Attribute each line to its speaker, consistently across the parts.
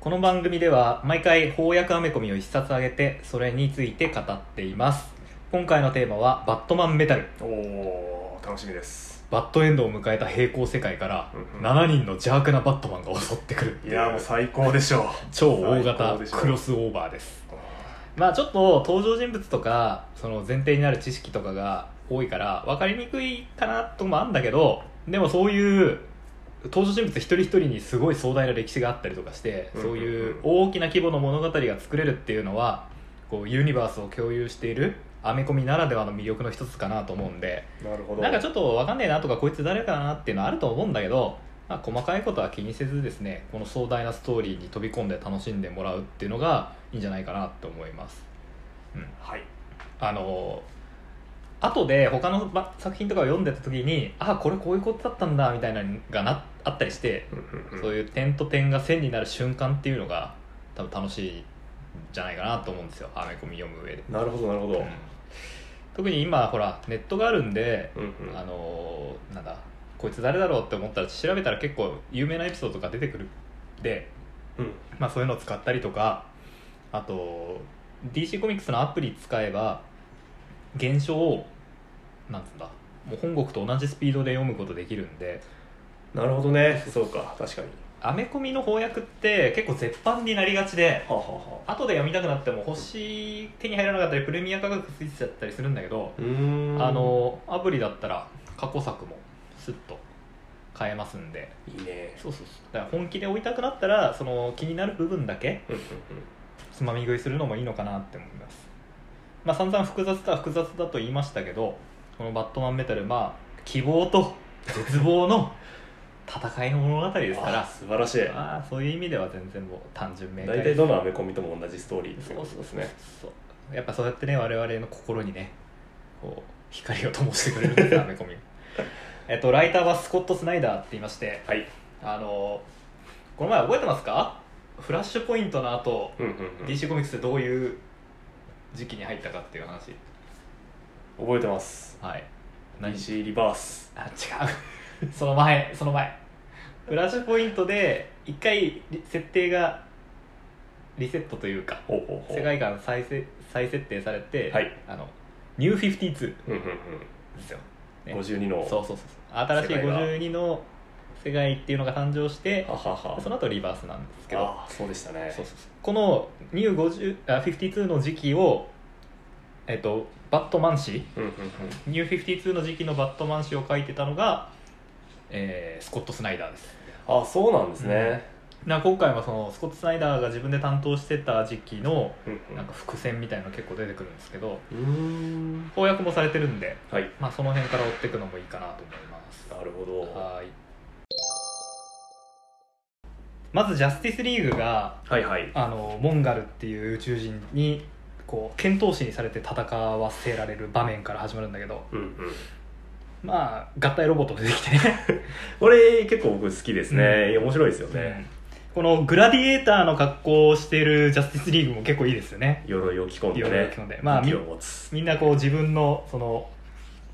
Speaker 1: この番組では毎回翻訳アメコミを一冊あげてそれについて語っています今回のテーマはバットマンメタル
Speaker 2: おお楽しみです
Speaker 1: バッドエンドを迎えた平行世界から
Speaker 2: うんうん
Speaker 1: 7人の邪悪なバットマンが襲ってくる
Speaker 2: いやもう最高でしょう
Speaker 1: 超大
Speaker 2: 最
Speaker 1: 型
Speaker 2: 高でしょう
Speaker 1: クロスオーバーです
Speaker 2: あ
Speaker 1: まあちょっと登場人物とかその前提になる知識とかが多いから分かりにくいかなともあるんだけどでもそういう登場人物一人一人にすごい壮大な歴史があったりとかして
Speaker 2: うんうん
Speaker 1: そ
Speaker 2: うん
Speaker 1: ういう大きな規模の物語が作れるっていうのはこうユニバースを共有しているアメコミならではの魅力の一つかなと思うんで
Speaker 2: ーなるほ ど
Speaker 1: なんかちょっと分かんねえなとかこいつ誰かなっていうのはあると思うんだけど、まあ、細かいことは気にせずですねこの壮大なストーリーに飛び込んで楽しんでもらうっていうのがいいんじゃないかなと思います、うん、
Speaker 2: はい
Speaker 1: あの後で他のば作品とかを読んでた時にあこれこういうことだったんだみたいなのがなあったりして、そういう点と点が線になる瞬間っていうのが多分楽しいんじゃないかなと思うんですよアメコミ読む上で、
Speaker 2: なるほどなるほど
Speaker 1: うん特に今ほらネットがあるんで
Speaker 2: うんうん
Speaker 1: あのーなんだこいつ誰だろうって思ったら調べたら結構有名なエピソードが出てくるで、
Speaker 2: うん
Speaker 1: まあ、そういうのを使ったりとかあと DC コミックスのアプリ使えば現象をなんつうんだもう本国と同じスピードで読むことできるんで
Speaker 2: なるほどねそうか確かに
Speaker 1: アメコミの翻訳って結構絶版になりがちで
Speaker 2: はあ、はあはあ、
Speaker 1: 後で読みたくなっても星手に入らなかったりプレミア価格ついてちゃったりするんだけど
Speaker 2: うーん
Speaker 1: あのアプリだったら過去作もスッと変えますんで
Speaker 2: いいね
Speaker 1: そうそうそうだから本気で追いたくなったらその気になる部分だけ
Speaker 2: うんうん
Speaker 1: つまみ食いするのもいいのかなって思いますまあ散々複雑だ複雑だと言いましたけどこの「バットマンメタル」まあ希望と絶望の戦いの物語
Speaker 2: う
Speaker 1: で
Speaker 2: ん
Speaker 1: すから
Speaker 2: あ素晴らしい
Speaker 1: まあそういう意味では全然もう単純明
Speaker 2: 大
Speaker 1: 快
Speaker 2: 体どのアメコミとも同じストーリーって
Speaker 1: そ
Speaker 2: いうこ
Speaker 1: そう
Speaker 2: と
Speaker 1: そう
Speaker 2: ですね
Speaker 1: そうやっぱそうやってね我々の心にねこう光を灯してくれるんですよアメコ ミえっとライターはスコット・スナイダーって言いまして
Speaker 2: はい
Speaker 1: あのこの前覚えてますかフラッシュポイントの後
Speaker 2: うんうん、うん、
Speaker 1: DC コミックスでどういう時期に入ったかっていう話
Speaker 2: 覚えてます
Speaker 1: はい何
Speaker 2: DC リバース
Speaker 1: あ違うその前その前フラッシュポイントで一回リ設定がリセットというか
Speaker 2: ほうほうほう
Speaker 1: 世界観再せ再設定されて、
Speaker 2: はい
Speaker 1: あのニュー52
Speaker 2: うんうん
Speaker 1: ですよ、
Speaker 2: う
Speaker 1: ね
Speaker 2: ん、52の
Speaker 1: そうそうそうそう新しい
Speaker 2: 世界が
Speaker 1: 52の世界っていうのが誕生して
Speaker 2: ははは
Speaker 1: その後リバースなんですけど
Speaker 2: ああそうでしたね
Speaker 1: そうそうそうこのニュー50あ52の時期を、えっとバットマン誌
Speaker 2: うんうんうん
Speaker 1: ニュー52の時期のバットマン誌を書いてたのが、えースコット・スナイダーです
Speaker 2: あそうなんですね、
Speaker 1: な今回もそのスコット・スナイダーが自分で担当してた時期の
Speaker 2: うんう
Speaker 1: なんか伏線みたいなの結構出てくるんですけど
Speaker 2: うーん
Speaker 1: 翻訳もされてるんで、
Speaker 2: はい
Speaker 1: まあ、その辺から追っていくのもいいかなと思います
Speaker 2: なるほど
Speaker 1: はいまずジャスティスリーグが
Speaker 2: はいはい
Speaker 1: あのモンガルっていう宇宙人にこう剣闘士にされて戦わせられる場面から始まるんだけど
Speaker 2: うんうん
Speaker 1: まあ合体ロボットが出てきてね
Speaker 2: これ結構僕好きですね、面白いです よ
Speaker 1: うん
Speaker 2: ね、
Speaker 1: このグラディエーターの格好をしてるジャスティスリーグも結構いいですよね
Speaker 2: 鎧を着込んで
Speaker 1: 鎧を
Speaker 2: ね
Speaker 1: 着込んでまあ
Speaker 2: 武器を持つ
Speaker 1: みんなこう自分のその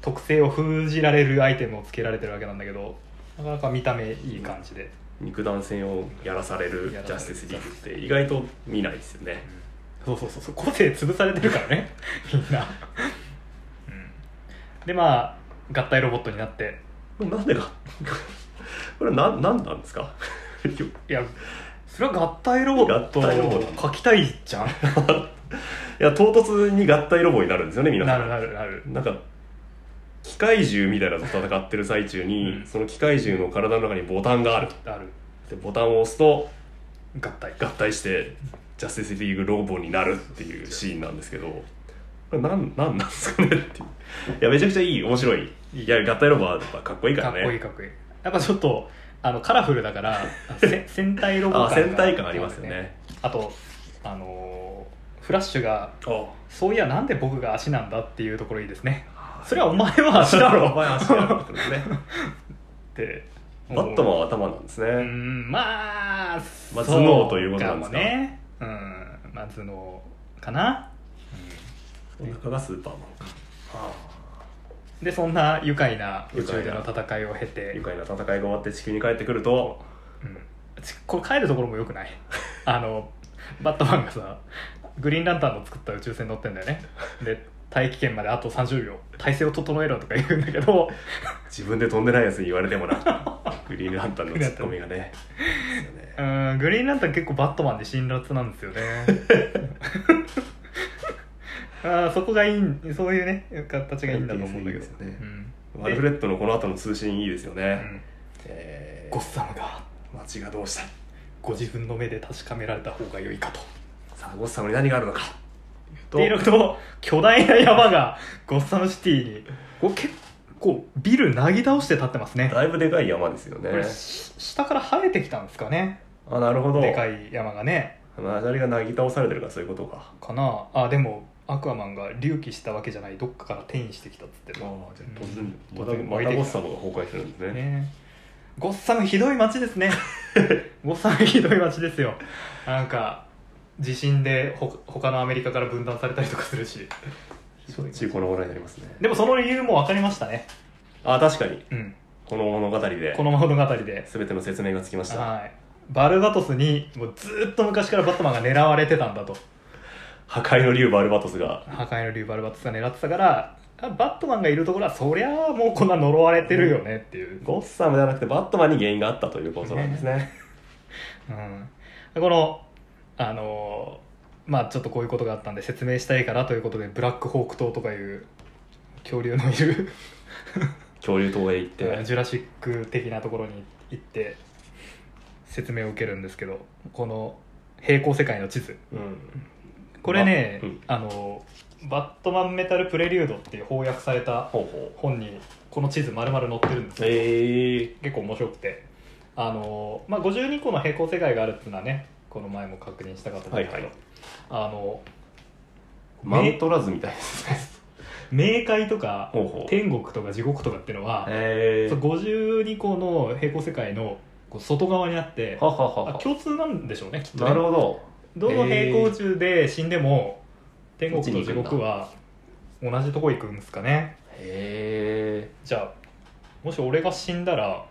Speaker 1: 特性を封じられるアイテムをつけられてるわけなんだけどなかなか見た目いい感じで、
Speaker 2: 肉弾戦をやらされるジ
Speaker 1: やらされる
Speaker 2: ャスティスリーグって意外と見ないですよね
Speaker 1: そうそうそうそう個性潰されてるからねみん な、うん、でまあ合体ロボットになって
Speaker 2: なんでか これは何なんなんですか よ
Speaker 1: いやそれは合体ロボット
Speaker 2: 合体ロボッ
Speaker 1: を書きたいじゃん
Speaker 2: いや唐突に合体ロボになるんですよね皆
Speaker 1: な
Speaker 2: さん
Speaker 1: るなるなる
Speaker 2: なんか機械獣みたいなのと戦ってる最中に、
Speaker 1: うん
Speaker 2: その機械獣の体の中にボタンがある
Speaker 1: ある
Speaker 2: でボタンを押すと
Speaker 1: 合体
Speaker 2: 合体してジャスティスリーグロボになるっていうシーンなんですけどこれなんなんなんですかねっていういやめちゃくちゃいい面白いいや合体ロボはやっぱかっこいいか
Speaker 1: からっ
Speaker 2: ね
Speaker 1: こいいかっこいいやっぱちょっとあのカラフルだから せ戦隊ロボ感
Speaker 2: あ
Speaker 1: が
Speaker 2: 戦隊感ありますよね
Speaker 1: あとあのーフラッシュが
Speaker 2: あ
Speaker 1: そういやなんで僕が足なんだっていうところいいですね
Speaker 2: あ
Speaker 1: それはお前は足だろ
Speaker 2: お前足だろってことですね
Speaker 1: って
Speaker 2: バットマンは頭なんですね、
Speaker 1: うんまあ、
Speaker 2: まあ
Speaker 1: そう
Speaker 2: 頭脳ということなんですか
Speaker 1: もねうんまあ頭脳かな、
Speaker 2: お腹がスーパーマンか
Speaker 1: でそんな愉快な宇宙での
Speaker 2: 愉快
Speaker 1: 戦いを経て
Speaker 2: 愉、快な戦いが終わって地球に帰ってくると
Speaker 1: うん、ちこれ帰るところもよくない あのバットマンがさグリーンランタンの作った宇宙船乗ってんだよねで大気圏まであと30秒体勢を整えろとか言うんだけど
Speaker 2: 自分で飛んでないやつに言われてもなグリーンランタンのツッコミがねですよね
Speaker 1: うんグリーンランタン結構バットマンで辛辣なんですよね あーそこがいいそういうね形がいいんだと思うんだけど
Speaker 2: いいですよね
Speaker 1: うん
Speaker 2: ワルフレッドのこの後の通信いいですよ
Speaker 1: う
Speaker 2: ね、
Speaker 1: ん
Speaker 2: え
Speaker 1: ゴッサムが
Speaker 2: ー、街がどうした
Speaker 1: ご自分の目で確かめられた方が良いかと。
Speaker 2: さあゴッサムに何があるのか
Speaker 1: っていうのと巨大な山がゴッサムシティにこれ結構ビルなぎ倒して立ってますね。
Speaker 2: だいぶでかい山ですよね
Speaker 1: これし下から生えてきたんですかね
Speaker 2: あなるほど
Speaker 1: でかい山がね。
Speaker 2: まあ砂利がなぎ倒されてるからそういうことか
Speaker 1: かなあでもアクアマンが隆起したわけじゃないどっかから転移してきたっつって
Speaker 2: あ
Speaker 1: た
Speaker 2: あじゃあ突
Speaker 1: う
Speaker 2: 然
Speaker 1: ん、
Speaker 2: またまたゴッサムが崩壊するんですね
Speaker 1: ねゴッサムひどい街 ですねゴッサムひどい街ですよなんか地震でほ他のアメリカから分断されたりとかするし
Speaker 2: しょっちゅうこのぐらいになりますね
Speaker 1: でもその理由も分かりましたね
Speaker 2: あ確かに
Speaker 1: うん
Speaker 2: この物語で
Speaker 1: この物語で
Speaker 2: 全ての説明がつきました
Speaker 1: はいバルバトスにもうずーっと昔からバットマンが狙われてたんだと
Speaker 2: 破壊の竜バルバトスが
Speaker 1: 破壊の竜バルバトスが狙ってたからあバットマンがいるところはそりゃあもうこんな呪われてるよねっていう、
Speaker 2: ゴッサムじゃなくてバットマンに原因があったということなんですね
Speaker 1: うん、このあのーまあちょっとこういうことがあったんで説明したいからということでブラックホーク島とかいう恐竜のいる
Speaker 2: 恐竜島へ行っ
Speaker 1: ジ
Speaker 2: て、
Speaker 1: ュラシック的なところに行って説明を受けるんですけどこの平行世界の地図
Speaker 2: うん、
Speaker 1: これね、
Speaker 2: まうん
Speaker 1: あのバットマンメタルプレリュードっていう翻訳された
Speaker 2: ほうほう
Speaker 1: 本にこの地図丸々載ってるんですよ
Speaker 2: ええ
Speaker 1: 結構面白くてあの、まあ、52個の平行世界があるっていうのはねこの前も確認したかと思うけど、
Speaker 2: はいはい
Speaker 1: あの
Speaker 2: マントラズみたいですね
Speaker 1: 冥界とか
Speaker 2: ほうほう
Speaker 1: 天国とか地獄とかっていうのは、
Speaker 2: え
Speaker 1: そう52個の平行世界のこう外側にあって
Speaker 2: ははは
Speaker 1: あ
Speaker 2: は
Speaker 1: 共通なんでしょうねきっとね
Speaker 2: なるほど
Speaker 1: どの平行宇宙で死んでも、天国と地獄は同じとこ行くんですかね
Speaker 2: へ
Speaker 1: じゃあもし俺が死んだら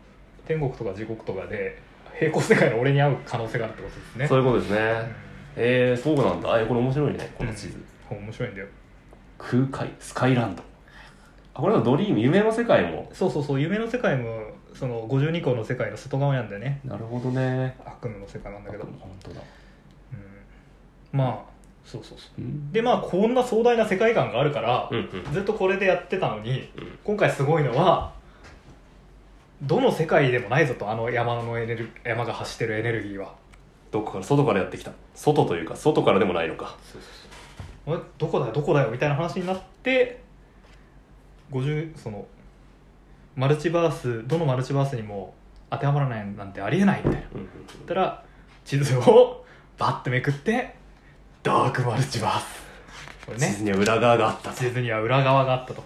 Speaker 1: 天国とか地獄とかで平行世界の俺に会う可能性があるってことです
Speaker 2: え
Speaker 1: ね
Speaker 2: そういうことですねえー、そうなんだえこれ面白いねこの地図、
Speaker 1: うん面白いんだよ
Speaker 2: 空海スカイランドあこれはドリーム夢の世界も
Speaker 1: そうそうそう夢の世界もその52個の世界の外側なんだよね
Speaker 2: なるほどね
Speaker 1: 悪夢の世界なんだけど、うん、
Speaker 2: 本当だ、
Speaker 1: まあそうそうそ
Speaker 2: うん
Speaker 1: うでまあこんな壮大な世界観があるから
Speaker 2: う、んうん
Speaker 1: ずっとこれでやってたのに
Speaker 2: うん
Speaker 1: 今回すごいのはどの世界でもないぞとあの山のエネル山が発してるエネルギーは
Speaker 2: どこから外からやってきた外というか外からでもないのか
Speaker 1: えどこだよどこだよみたいな話になって50そのマルチバースどのマルチバースにも当てはまらないなんてありえないみたいな
Speaker 2: うんうん
Speaker 1: だったら地図をバッてめくってダークマルチバースこ
Speaker 2: う
Speaker 1: れ
Speaker 2: ん、地図
Speaker 1: ね
Speaker 2: には裏側があったと
Speaker 1: 地図には裏側があったと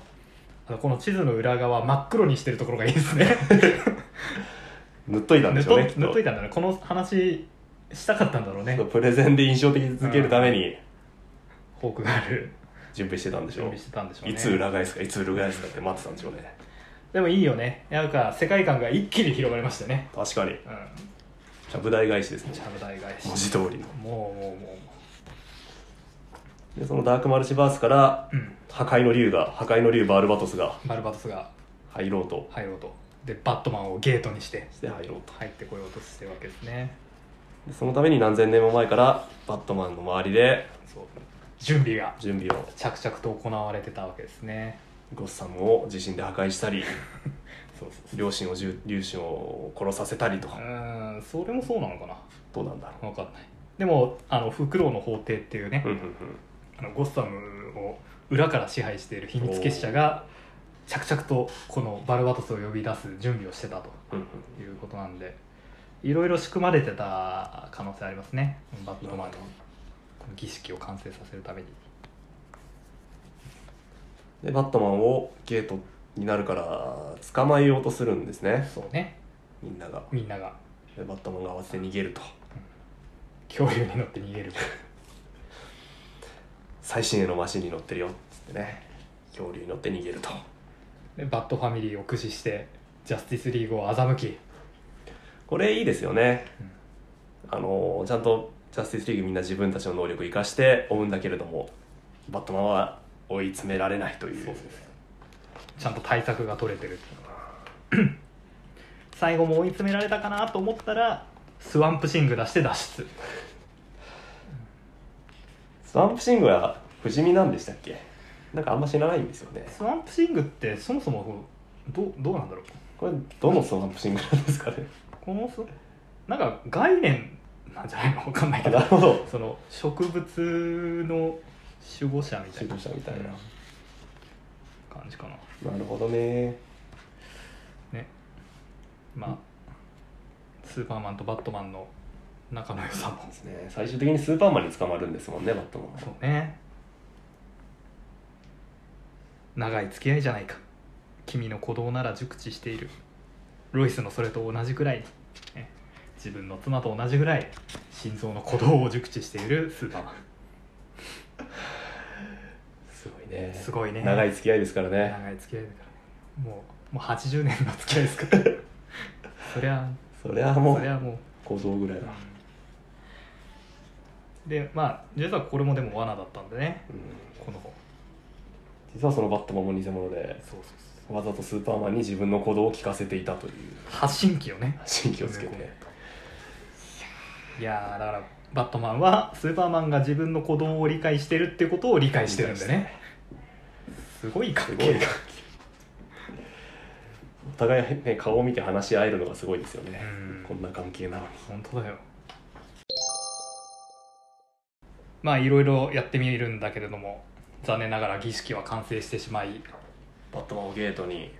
Speaker 1: あのこの地図の裏側真っ黒にしてるところがいいです ね
Speaker 2: 塗っといたん
Speaker 1: 塗っ
Speaker 2: でしょ
Speaker 1: と
Speaker 2: うねきっ
Speaker 1: 塗っとい
Speaker 2: と
Speaker 1: たんだねこの話したかったんだろうね
Speaker 2: プレゼンで印象的に続けるために
Speaker 1: フォークがある
Speaker 2: 準備してたんでし
Speaker 1: 準
Speaker 2: ょ
Speaker 1: 備
Speaker 2: う
Speaker 1: してたんでしょうね
Speaker 2: いつ裏返すかいつ裏返すかって待ってたんでしょうね
Speaker 1: でもいいよねなんか世界観が一気に広がりましたね
Speaker 2: 確かに
Speaker 1: うん
Speaker 2: ちゃぶ台返しですね
Speaker 1: ちゃぶ台返し
Speaker 2: 文字通りの
Speaker 1: もうもうも
Speaker 2: でそのダークマルチバースから
Speaker 1: ううん
Speaker 2: 破壊の竜が破壊の竜バルバトスが
Speaker 1: バルバトスが
Speaker 2: 入ろうと
Speaker 1: 入ろうとでバットマンをゲートにして
Speaker 2: して入ろうと
Speaker 1: 入ってこようとしてるわけですね
Speaker 2: でそのために何千年も前からバットマンの周りで
Speaker 1: そう準備が
Speaker 2: 準備を
Speaker 1: 着々と行われてたわけですね
Speaker 2: ゴッサムを地震で破壊したり
Speaker 1: そうそう
Speaker 2: 両親を銃両親を殺させたりと
Speaker 1: う
Speaker 2: か
Speaker 1: ーんそれもそうなのかな
Speaker 2: どうなんだろ
Speaker 1: 分かんないでもあのフクロウの法廷っていうね、
Speaker 2: ううんうん
Speaker 1: あのゴッサムを裏から支配している秘密結社が着々とこのバルバトスを呼び出す準備をしてたと
Speaker 2: うんうん
Speaker 1: いうことなんでいろいろ仕組まれてた可能性ありますねバットマンのこの儀式を完成させるために
Speaker 2: でバットマンをゲートになるから捕まえようとするんですね
Speaker 1: そうね
Speaker 2: みんなが
Speaker 1: みんなが
Speaker 2: でバットマンが慌てて逃げると
Speaker 1: 恐竜に乗って逃げる
Speaker 2: 最新鋭のマシンに乗ってるよっつってね恐竜に乗って逃げると
Speaker 1: でバッドファミリーを駆使してジャスティスリーグを欺き
Speaker 2: これいいですよね、あのちゃんとジャスティスリーグみんな自分たちの能力を生かして追うんだけれどもバットマンは追い詰められないという
Speaker 1: ちゃんと対策が取れてる 最後も追い詰められたかなと思ったらスワンプシング出して脱出
Speaker 2: スワンプシングは不死身なんでしたっけなんかあんま知らないんですよね
Speaker 1: スワンプシングってそもそもこうどうどうなんだろう
Speaker 2: これどのスワンプシングなんですかね
Speaker 1: このそなんか概念なんじゃないのわかんない
Speaker 2: あ
Speaker 1: け ど
Speaker 2: なるほど
Speaker 1: その植物の守護者みたい
Speaker 2: 指
Speaker 1: な
Speaker 2: 導者みたいな、
Speaker 1: 感じかな
Speaker 2: なるほどね
Speaker 1: ねまあスーパーマンとバットマンの仲の良さも
Speaker 2: ですね最終的にスーパーマンに捕まるんですもんねバットマンは
Speaker 1: そうね長い付き合いじゃないか君の鼓動なら熟知しているロイスのそれと同じくらいに、ね自分の妻と同じぐらい心臓の鼓動を熟知しているスーパーマン
Speaker 2: すごいね
Speaker 1: すごいね
Speaker 2: 長い付き合いですからね
Speaker 1: 長い付き合いだからねもうもう80年の付き合いですから そりゃ
Speaker 2: それはも
Speaker 1: そうりゃもう
Speaker 2: 行動ぐらいだ、
Speaker 1: でまあ実はこれもでも罠だったんでね
Speaker 2: うん、
Speaker 1: このそう
Speaker 2: 実はそのバットマンも偽物で
Speaker 1: そうそう
Speaker 2: わざとスーパーマンに自分の行動を聞かせていたという
Speaker 1: 発信機をね
Speaker 2: 神経をつけて
Speaker 1: いやーだからバットマンはスーパーマンが自分の鼓動を理解してるってことを理解してるんでねすごい
Speaker 2: す
Speaker 1: 関
Speaker 2: ごい
Speaker 1: 係
Speaker 2: なお互い、ね、顔を見て話し合えるのがすごいですよね
Speaker 1: うん
Speaker 2: こんな関係なのに
Speaker 1: 本当だよまあいろいろやってみるんだけれども残念ながら儀式は完成してしまい
Speaker 2: バットマンをゲートに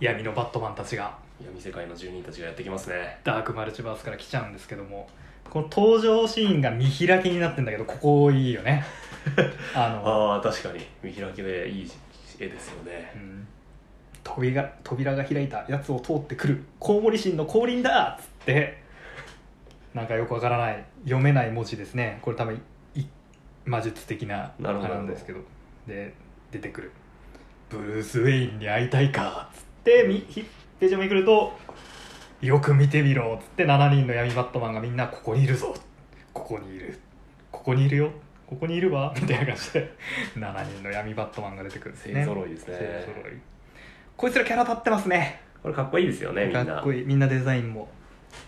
Speaker 1: 闇のバットマンたちが
Speaker 2: 闇世界の住人たちがやってきますね
Speaker 1: ダークマルチバースから来ちゃうんですけどもこの登場シーンが見開きになってんだけどここいいよ ねあの
Speaker 2: ああ確かに見開きでいい絵ですよ
Speaker 1: う
Speaker 2: ね
Speaker 1: ん扉が扉が開いたやつを通ってくるコウモリ神の降臨だっつってなんかよくわからない読めない文字ですねこれ多分い魔術的なあ
Speaker 2: なるほど
Speaker 1: れなんですけどで出てくるブルース・ウェインに会いたいかっつってみひページをめくるとよく見てみろっつって7人の闇バットマンがみんなここにいるぞここにいるここにいるよここにいるわ みたいな感じで7人の闇バットマンが出てくるんですね
Speaker 2: 勢ぞろいですね
Speaker 1: 勢ぞろいこいつらキャラ立ってますね
Speaker 2: これかっこいいですよねみんな
Speaker 1: かっこいいみんなデザインも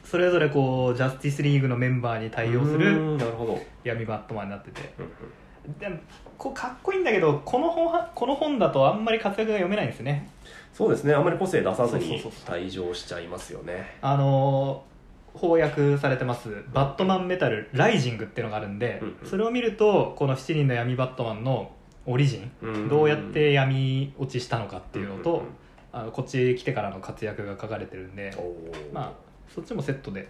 Speaker 1: それぞれこうジャスティスリーグのメンバーに対応す
Speaker 2: う
Speaker 1: る
Speaker 2: ーんなるほど、
Speaker 1: 闇バットマンになってて
Speaker 2: うんうん
Speaker 1: でもこうかっこいいんだけどこの本はこの本だとあんまり活躍が読めないんですね
Speaker 2: そうですねあんまり個性出さず
Speaker 1: そう
Speaker 2: に
Speaker 1: そうそう
Speaker 2: 退場しちゃいますよね
Speaker 1: あのー翻訳されてます「バットマンメタルライジング」っていうのがあるんで、
Speaker 2: うんうん
Speaker 1: それを見るとこの7人の闇バットマンのオリジン
Speaker 2: うん
Speaker 1: どうやって闇落ちしたのかっていうのと、
Speaker 2: んんん
Speaker 1: あのこっち来てからの活躍が書かれてるんで、
Speaker 2: おー
Speaker 1: まあそっちもセットで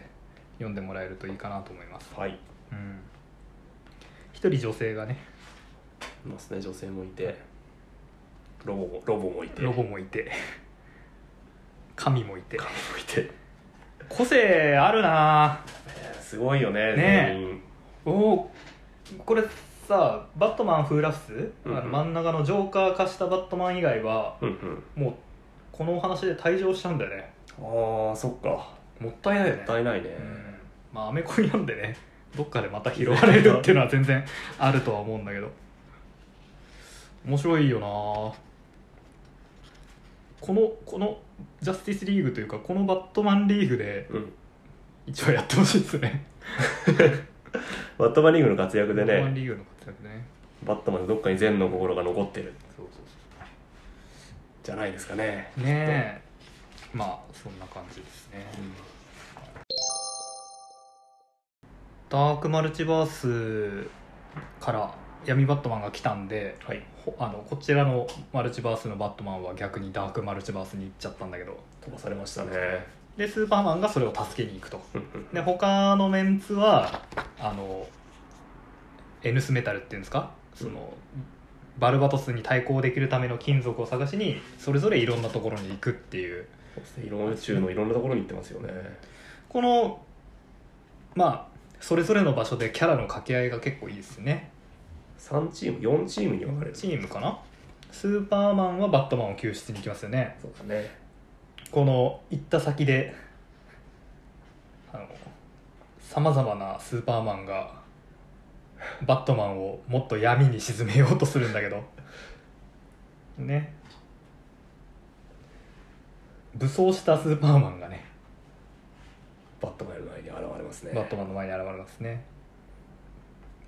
Speaker 1: 読んでもらえるといいかなと思います
Speaker 2: はい
Speaker 1: うん一人女性がね
Speaker 2: いますね女性もいてロボもロボもいて
Speaker 1: ロボもいて 神もいて
Speaker 2: 神もいて
Speaker 1: 個性あるなぁ
Speaker 2: すごいよね
Speaker 1: ね
Speaker 2: 全員
Speaker 1: おーこれさバットマンフーラフス、
Speaker 2: うん
Speaker 1: あ
Speaker 2: う
Speaker 1: の
Speaker 2: ん
Speaker 1: 真ん中のジョーカー化したバットマン以外は
Speaker 2: うんうん
Speaker 1: もうこのお話で退場したんだよね
Speaker 2: ああそっか
Speaker 1: もったいないよ
Speaker 2: も
Speaker 1: ね
Speaker 2: ったいないね、
Speaker 1: うんまあアメコミなんでねどっかでまた拾われるっていうのは全然あるとは思うんだけど面白いよなこのこのジャスティスリーグというかこのバットマンリーグで
Speaker 2: うん
Speaker 1: 一応やってほしいですね
Speaker 2: バットマンリーグの活躍
Speaker 1: バ
Speaker 2: で
Speaker 1: ットマン
Speaker 2: ね
Speaker 1: リーグの活躍ね
Speaker 2: バットマンのどっかに善の心が残ってる
Speaker 1: そうそう
Speaker 2: じゃないですかね
Speaker 1: そうねえまあそんな感じですねダークマルチバースから闇バットマンが来たんで
Speaker 2: はい
Speaker 1: ほあのこちらのマルチバースのバットマンは逆にダークマルチバースに行っちゃったんだけど
Speaker 2: 飛ばされましたね
Speaker 1: でスーパーマンがそれを助けに行くと
Speaker 2: うんうん
Speaker 1: で他のメンツはあのエヌスメタルっていうんですかそのバルバトスに対抗できるための金属を探しにそれぞれいろんなところに行くっていう
Speaker 2: いろんな宇宙のいろんなところに行ってますよね
Speaker 1: このまあそれぞれの場所でキャラの掛け合いが結構いいですね
Speaker 2: 3チーム4チームに分かれる
Speaker 1: チームかなスーパーマンはバットマンを救出に行きますよね
Speaker 2: そうだね
Speaker 1: この行った先でさまざまなスーパーマンがバットマンをもっと闇に沈めようとするんだけどね武装したスーパーマンがね
Speaker 2: バットマンの前に現れますね
Speaker 1: バットマンの前に現れますね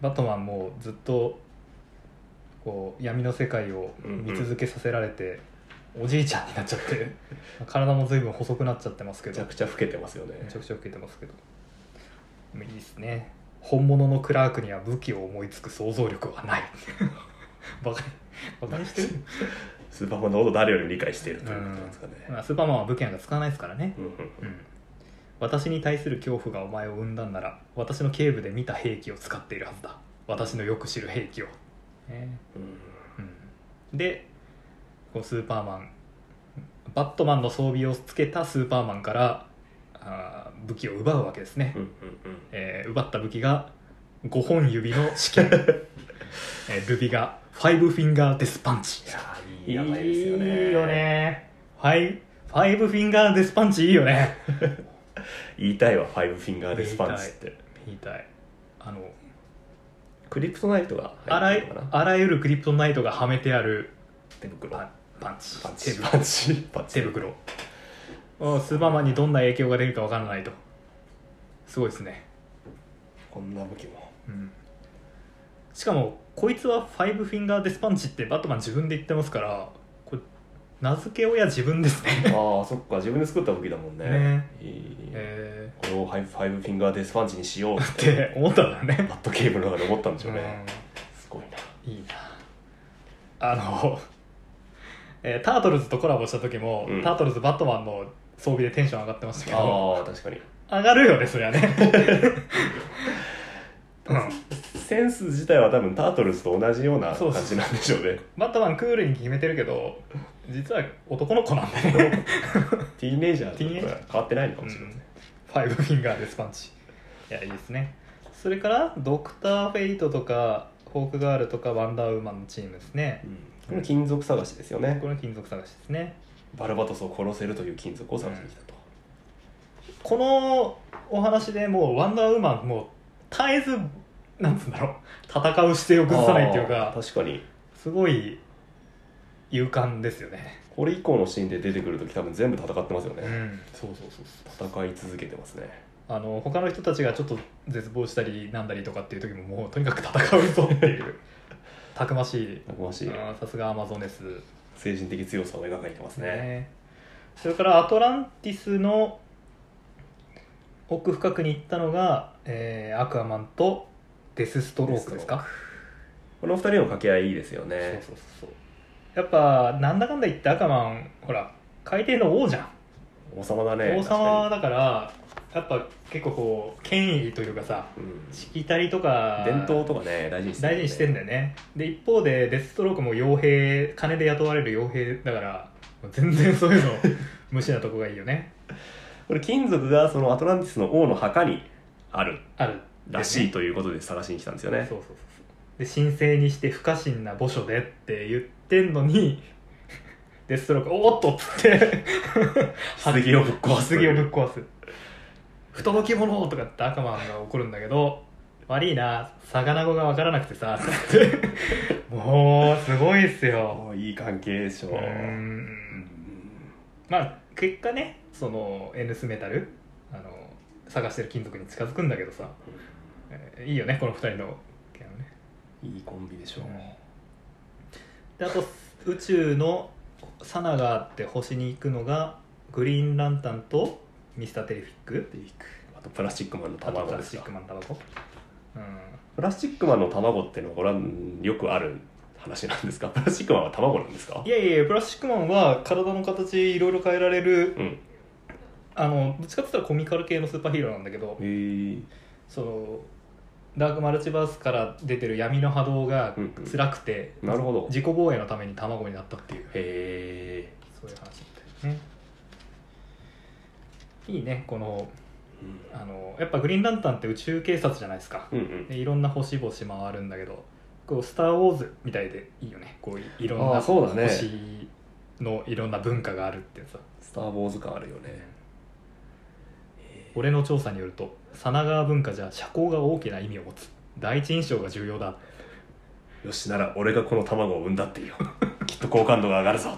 Speaker 1: バットマンもずっとこう闇の世界を見続けさせられて、おじいちゃんになっちゃって 体も随分細くなっちゃってますけ
Speaker 2: め
Speaker 1: ど
Speaker 2: ちゃくちゃ老けてますよね
Speaker 1: めちゃくちゃ受けてますけどいいですね本物のクラークには武器を思いつく想像力は ないバカにバカにしてる、
Speaker 2: スーパーマンのことを誰よりも理解しているということなんですかね、
Speaker 1: まあ、スーパーマンは武器なんか使わないですからね
Speaker 2: うんうん
Speaker 1: うん私に対する恐怖がお前を生んだんなら私の警部で見た兵器を使っているはずだ私のよく知る兵器を、ね
Speaker 2: うん
Speaker 1: うん、でこうスーパーマンバットマンの装備をつけたスーパーマンからあー武器を奪うわけですね、
Speaker 2: うんうん
Speaker 1: えー奪った武器が5本指の試 験、えールビがファイブフィンガーデスパンチ
Speaker 2: いやーいい名前ですよね
Speaker 1: いいよねファイファイブフィンガーデスパンチいいよね
Speaker 2: 言いたいわファイブフィンガーデスパンチって
Speaker 1: 言いたいあの
Speaker 2: クリプトナイトが
Speaker 1: あら
Speaker 2: 入って
Speaker 1: い
Speaker 2: るのかな
Speaker 1: あらゆるクリプトナイトがはめてある
Speaker 2: 手袋
Speaker 1: パ
Speaker 2: パ
Speaker 1: ンパンチ
Speaker 2: ン
Speaker 1: 手
Speaker 2: チ
Speaker 1: 袋
Speaker 2: パンチパンチ
Speaker 1: 手袋うんスーパーマンにどんな影響が出るかわからないとすごいですね、
Speaker 2: こんな武器も
Speaker 1: うん、しかもこいつはファイブフィンガーデスパンチってバットマン自分で言ってますからこれ名付け親自分です ね
Speaker 2: ああそっか自分で作った武器だもんね
Speaker 1: ね
Speaker 2: いい
Speaker 1: え
Speaker 2: これをファイブファイブフィンガーデスパンチにしようっ
Speaker 1: ー、って て思ったんだよね
Speaker 2: バットケーブルの中で思ったんでしょうね、すごいない
Speaker 1: いなあの、 えータートルズとコラボした時も、
Speaker 2: うん
Speaker 1: タートルズバットマンの装備でテンション上がってましたけど
Speaker 2: ああ確かに
Speaker 1: 上がるよねそりゃ ねうん
Speaker 2: センス自体は多分タートルズと同じような
Speaker 1: そう
Speaker 2: 感じなんでしょうね
Speaker 1: バットマンクールに決めてるけど実は男の子なんだね
Speaker 2: ティーンエイジャーと
Speaker 1: ティーンエイジャ
Speaker 2: 変わってないのか
Speaker 1: う
Speaker 2: も
Speaker 1: ん
Speaker 2: しれない、
Speaker 1: ファイブフィンガーでスパンチいやいいですねそれからドクター・フェイトとかフォークガールとかワンダーウーマンのチームですね
Speaker 2: うんこれ金属探しですよね
Speaker 1: これ金属探しですね
Speaker 2: バルバトスを殺せるという金属を探しに来たと、
Speaker 1: このお話でもうワンダーウーマンもう絶えずなんつうんだろう戦う姿勢を崩さないっていう
Speaker 2: あ
Speaker 1: か
Speaker 2: ー確かに
Speaker 1: すごい勇敢ですよね
Speaker 2: これ以降のシーンで出てくる時多分全部戦ってますよね、
Speaker 1: んそうそうそうそう
Speaker 2: 戦い続けてますね
Speaker 1: あの他の人たちがちょっと絶望したりなんだりとかっていう時ももうとにかく戦うぞって いうたくました
Speaker 2: くまし
Speaker 1: い
Speaker 2: い
Speaker 1: あーさすがアマゾンです
Speaker 2: 精神的強さを描かれてますね
Speaker 1: ねそれからアトランティスの奥深くに行ったのが、えーアクアマンとデスストロークですか
Speaker 2: この二人の掛け合いいいですよね
Speaker 1: そうそうそうそうやっぱなんだかんだ言ってアクアマンほら海底の王じゃん
Speaker 2: 王様だね
Speaker 1: 王様
Speaker 2: 確か
Speaker 1: だからやっぱ結構こう権威というかさ
Speaker 2: に
Speaker 1: しきたりとか
Speaker 2: うん、伝統とかね大事にしてる
Speaker 1: 大事にしてんだよねで一方でデスストロークも傭兵金で雇われる傭兵だからもう全然そう いうの無視なとこがいいよね
Speaker 2: これ金属がそのアトランティスの王の墓にある
Speaker 1: ある
Speaker 2: らしいということで探しに来たんですよ
Speaker 1: ね
Speaker 2: ね
Speaker 1: そうそうそうそうで神聖にして不可侵な墓所でって言ってんのに デスストロークおーっとっつって
Speaker 2: 杉をぶっ壊すとい
Speaker 1: 棺
Speaker 2: う
Speaker 1: をぶっ壊す不届き者とかって赤マンが怒るんだけ ど悪いな魚語が分からなくてさって言ってもうすごいっすよ
Speaker 2: おーいい関係でしょ
Speaker 1: うー
Speaker 2: うんん
Speaker 1: まあ結果ねその N スメタルあの探してる金属に近づくんだけどさ、えーいいよねこの二人のけどね
Speaker 2: いいコンビでしょ
Speaker 1: であと宇宙のサナガーって星に行くのがグリーンランタンとミスターテレフィック
Speaker 2: でいくあとプラスチックマンの
Speaker 1: あとプ
Speaker 2: 卵
Speaker 1: ラ
Speaker 2: で
Speaker 1: ス
Speaker 2: す
Speaker 1: チッ
Speaker 2: か
Speaker 1: クマンタバコうん
Speaker 2: プラスチックマンの卵ってのはこれはうんよくある話なんです かプラスチックマンは卵なんですか
Speaker 1: いやいやプラスチックマンは体の形いろいろ変えられる
Speaker 2: うんへ
Speaker 1: あのどっちかって言ったらコミカル系のスーパーヒーローなんだけど
Speaker 2: ー
Speaker 1: そのダークマルチバースから出てる闇の波動が
Speaker 2: うんうん
Speaker 1: 辛くて、
Speaker 2: なるほど
Speaker 1: 自己防衛のために卵になったっていう
Speaker 2: へ
Speaker 1: そういう話だったよねいいねこのあのやっぱグリーンランタンって宇宙警察じゃないですか
Speaker 2: えうんうん
Speaker 1: でいろんな星々回るんだけどこう「スター・ウォーズ」みたいでいいよねこういろん
Speaker 2: あ
Speaker 1: な
Speaker 2: ーそうだね
Speaker 1: 星のいろんな文化があるってさ
Speaker 2: スター・ウォーズ感あるよね
Speaker 1: 俺の調査によると佐奈川文化じゃ社交が大きな意味を持つ第一印象が重要 だ
Speaker 2: よしなら俺がこの卵を産んだ っていうきっと好感度が上がるぞ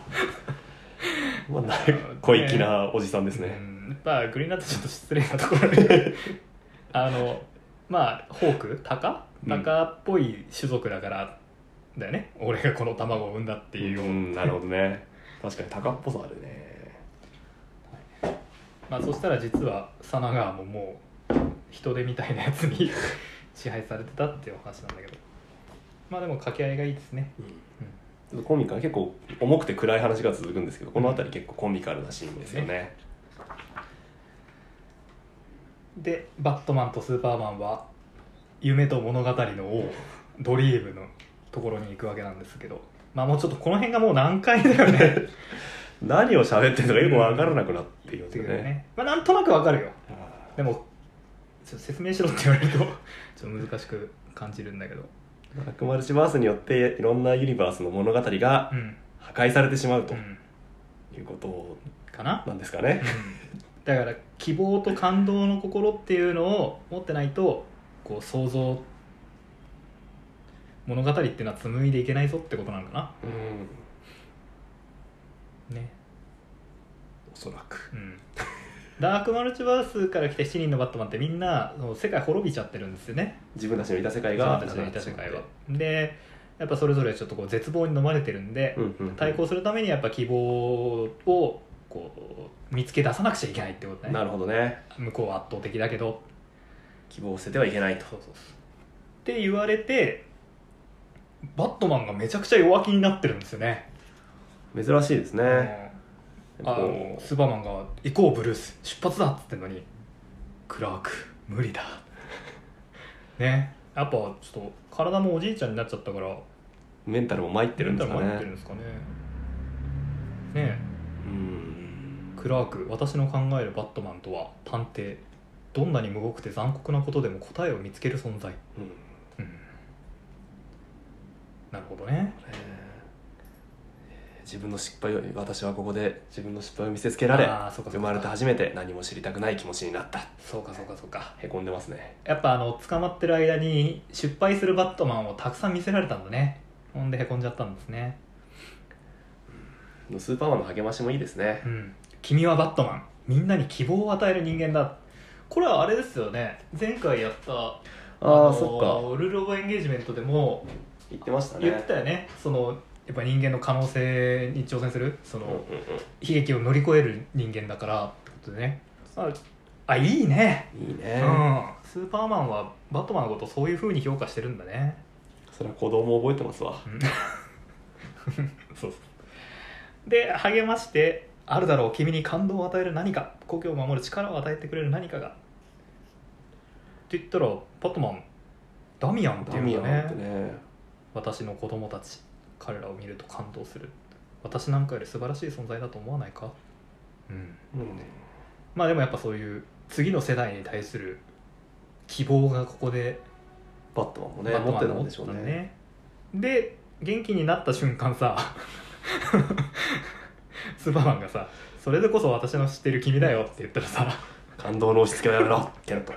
Speaker 2: まあな小粋なおじさんです
Speaker 1: う
Speaker 2: ね、
Speaker 1: んやっぱグリーンランドちょっと失礼なところで あのまあホークタカ
Speaker 2: う
Speaker 1: タ
Speaker 2: ん
Speaker 1: カっぽい種族だからだよね、俺がこの卵を産んだっていうよう
Speaker 2: う
Speaker 1: な、
Speaker 2: んなるほどね確かに鷹っぽさあるね
Speaker 1: まあそしたら実は佐奈川ももう人手みたいなやつに 支配されてたっていうお話なんだけどまあでも掛け合いがいいですね、
Speaker 2: ちょっとコミカル結構重くて暗い話が続くんですけどこの辺り結構コミカルなシーンですよね、
Speaker 1: うんでバットマンとスーパーマンは夢と物語の王ドリームのところに行くわけなんですけどまあもうちょっとこの辺がもう難解だよね
Speaker 2: 何を喋ってるのかよく分からなくなっています
Speaker 1: だ
Speaker 2: よ
Speaker 1: けど
Speaker 2: ね
Speaker 1: ね、まあ、なんとなくわかるよ
Speaker 2: あ
Speaker 1: でもちょっと説明しろって言われると ちょっと難しく感じるんだけど
Speaker 2: ーダークマルチバースによっていろんなユニバースの物語が
Speaker 1: うん、
Speaker 2: 破壊されてしまうと
Speaker 1: うん、
Speaker 2: いうこと
Speaker 1: かな、
Speaker 2: なんですかね、
Speaker 1: だから希望と感動の心っていうのを持ってないとこう想像物語っていうのは紡いでいけないぞってことなのか
Speaker 2: うん
Speaker 1: なね
Speaker 2: おそらく
Speaker 1: うん ダークマルチバースから来た7人のバットマンってみんなその世界滅びちゃってるんですよね
Speaker 2: 自分たちのいた世界
Speaker 1: 自分
Speaker 2: が
Speaker 1: たちのいた世界はでやっぱそれぞれちょっとこう絶望に飲まれてるんで、
Speaker 2: うんうんうん
Speaker 1: 対抗するためにやっぱ希望をこう見つけ出さなくちゃいけないってこと
Speaker 2: な
Speaker 1: ね
Speaker 2: るほどね
Speaker 1: 向こうは圧倒的だけど
Speaker 2: 希望を捨ててはいけないと
Speaker 1: そうそうそうって言われてバットマンがめちゃくちゃ弱気になってるんですよね、
Speaker 2: 珍しいですね
Speaker 1: あのあの
Speaker 2: こ
Speaker 1: スーパーマンが「行こうブルース出発だ」っつってんのに「クラーク無理だ」ねやっぱちょっと体もおじいちゃんになっちゃったから
Speaker 2: うメンタルも参ってるんですか
Speaker 1: メンタルも入ってるん
Speaker 2: ね
Speaker 1: ですかねねえ
Speaker 2: うん
Speaker 1: クラーク私の考えるバットマンとは探偵どんなに無酷くて残酷なことでも答えを見つける存在う
Speaker 2: うん
Speaker 1: んなるほどね
Speaker 2: えー自分の失敗を私はここで自分の失敗を見せつけられ
Speaker 1: あーそうかそうか
Speaker 2: 生まれて初めて何も知りたくない気持ちになった
Speaker 1: そうかそうかそうか
Speaker 2: へこんでますね
Speaker 1: やっぱあの捕まってる間に失敗するバットマンをたくさん見せられたんだねほんでへこんじゃったんですね
Speaker 2: スーパーマンの励ましもいいですね
Speaker 1: うん君はバットマンみんなに希望を与える人間だこれはあれですよね前回やったあ
Speaker 2: ああ
Speaker 1: の
Speaker 2: そっか
Speaker 1: ルール・オブ・エンゲージメントでも
Speaker 2: 言ってましたね
Speaker 1: 言ってたよねそのやっぱ人間の可能性に挑戦するその、
Speaker 2: うんうんう
Speaker 1: 悲劇を乗り越える人間だからってことでねああいいね、
Speaker 2: んいいね、
Speaker 1: うんスーパーマンはバットマンのことをそういうふうに評価してるんだね
Speaker 2: それは子供を覚えてますわ
Speaker 1: うんそうそうで励ましてあるだろう君に感動を与える何か故郷を守る力を与えてくれる何かがって言ったらバットマンダミアンって
Speaker 2: ダ
Speaker 1: い
Speaker 2: ミア
Speaker 1: うん
Speaker 2: ン
Speaker 1: だね
Speaker 2: ってね
Speaker 1: 私の子供たち彼らを見ると感動する私なんかより素晴らしい存在だと思わないかうん
Speaker 2: うん
Speaker 1: まあでもやっぱそういう次の世代に対する希望がここで
Speaker 2: バットマンもね
Speaker 1: バット
Speaker 2: 持っ
Speaker 1: マ
Speaker 2: て
Speaker 1: ンが
Speaker 2: たん
Speaker 1: 持
Speaker 2: で
Speaker 1: っ
Speaker 2: してょう
Speaker 1: た
Speaker 2: ね
Speaker 1: ねで元気になった瞬間さ スーパーマンがさ「それでこそ私の知ってる君だよ」って言ったらさ
Speaker 2: 感動の押し付けはやめろってやると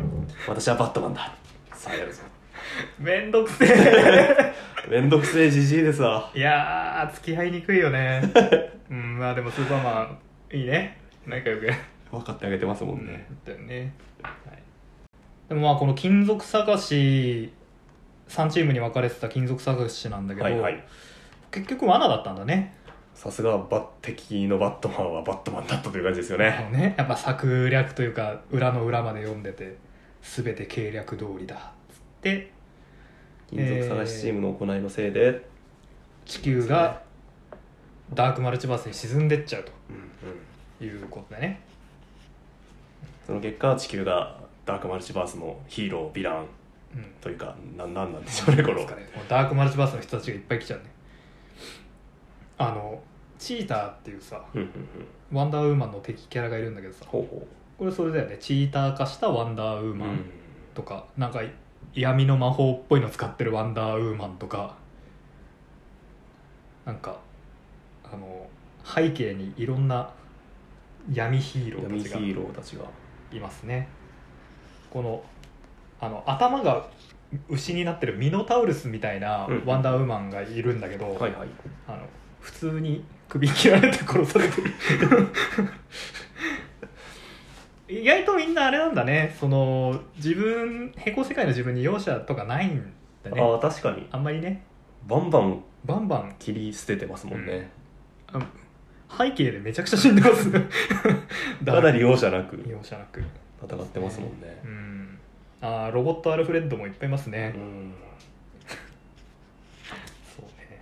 Speaker 2: 私はバットマンださあやるぞ
Speaker 1: 「めんどくせえ!
Speaker 2: めんどくせえじじいですわ」
Speaker 1: いやー付き合いにくいよね うんまあでもスーパーマンいいね仲良く
Speaker 2: 分かってあげてますもん
Speaker 1: だ
Speaker 2: ね、
Speaker 1: ったよね、はい、でもまあこの金属探し3チームに分かれてた金属探しなんだけど、
Speaker 2: はいはい
Speaker 1: 結局罠だったんだね
Speaker 2: さすがバッ敵のバットマンはバットマンだったという感じですよね
Speaker 1: もうねやっぱ策略というか裏の裏まで読んでて全て計略通りだっつって
Speaker 2: 金属探しチームの行いのせいで、
Speaker 1: 地球がダークマルチバースに沈んでっちゃう
Speaker 2: うんうん
Speaker 1: ということだね
Speaker 2: その結果地球がダークマルチバースのヒーローヴィラン
Speaker 1: うん
Speaker 2: というかななんなんでしょうねこの
Speaker 1: ですかねもうダークマルチバースの人たちがいっぱい来ちゃうねあのチーターっていうさ
Speaker 2: うんうんうん
Speaker 1: ワンダーウーマンの敵キャラがいるんだけどさ
Speaker 2: ほうほ
Speaker 1: これそれだよねチーター化したワンダーウー
Speaker 2: う、
Speaker 1: マンとか、なんか闇の魔法っぽいの使ってるワンダーウーマンとかなんかあの背景にいろんな闇ヒーロー
Speaker 2: 闇
Speaker 1: たち
Speaker 2: ヒ
Speaker 1: が
Speaker 2: ーローたちが
Speaker 1: いますねこのあの頭が牛になってるミノタウルスみたいな
Speaker 2: うん
Speaker 1: ワンダーウーマンがいるんだけど、
Speaker 2: はいはい
Speaker 1: あの普通に首切られて殺されてる 意外とみんなあれなんだねその自分平行世界の自分に容赦とかないんだね
Speaker 2: ああ確かに
Speaker 1: あんまりね
Speaker 2: バンバン
Speaker 1: バンバン
Speaker 2: 切り捨ててますもんね、
Speaker 1: あ背景でめちゃくちゃ死んで ます
Speaker 2: かなり
Speaker 1: 容
Speaker 2: 容赦なく
Speaker 1: 赦なく
Speaker 2: 戦ってますもんね
Speaker 1: うんあーロボットアルフレッドもいっぱいいますね、
Speaker 2: うん
Speaker 1: そうね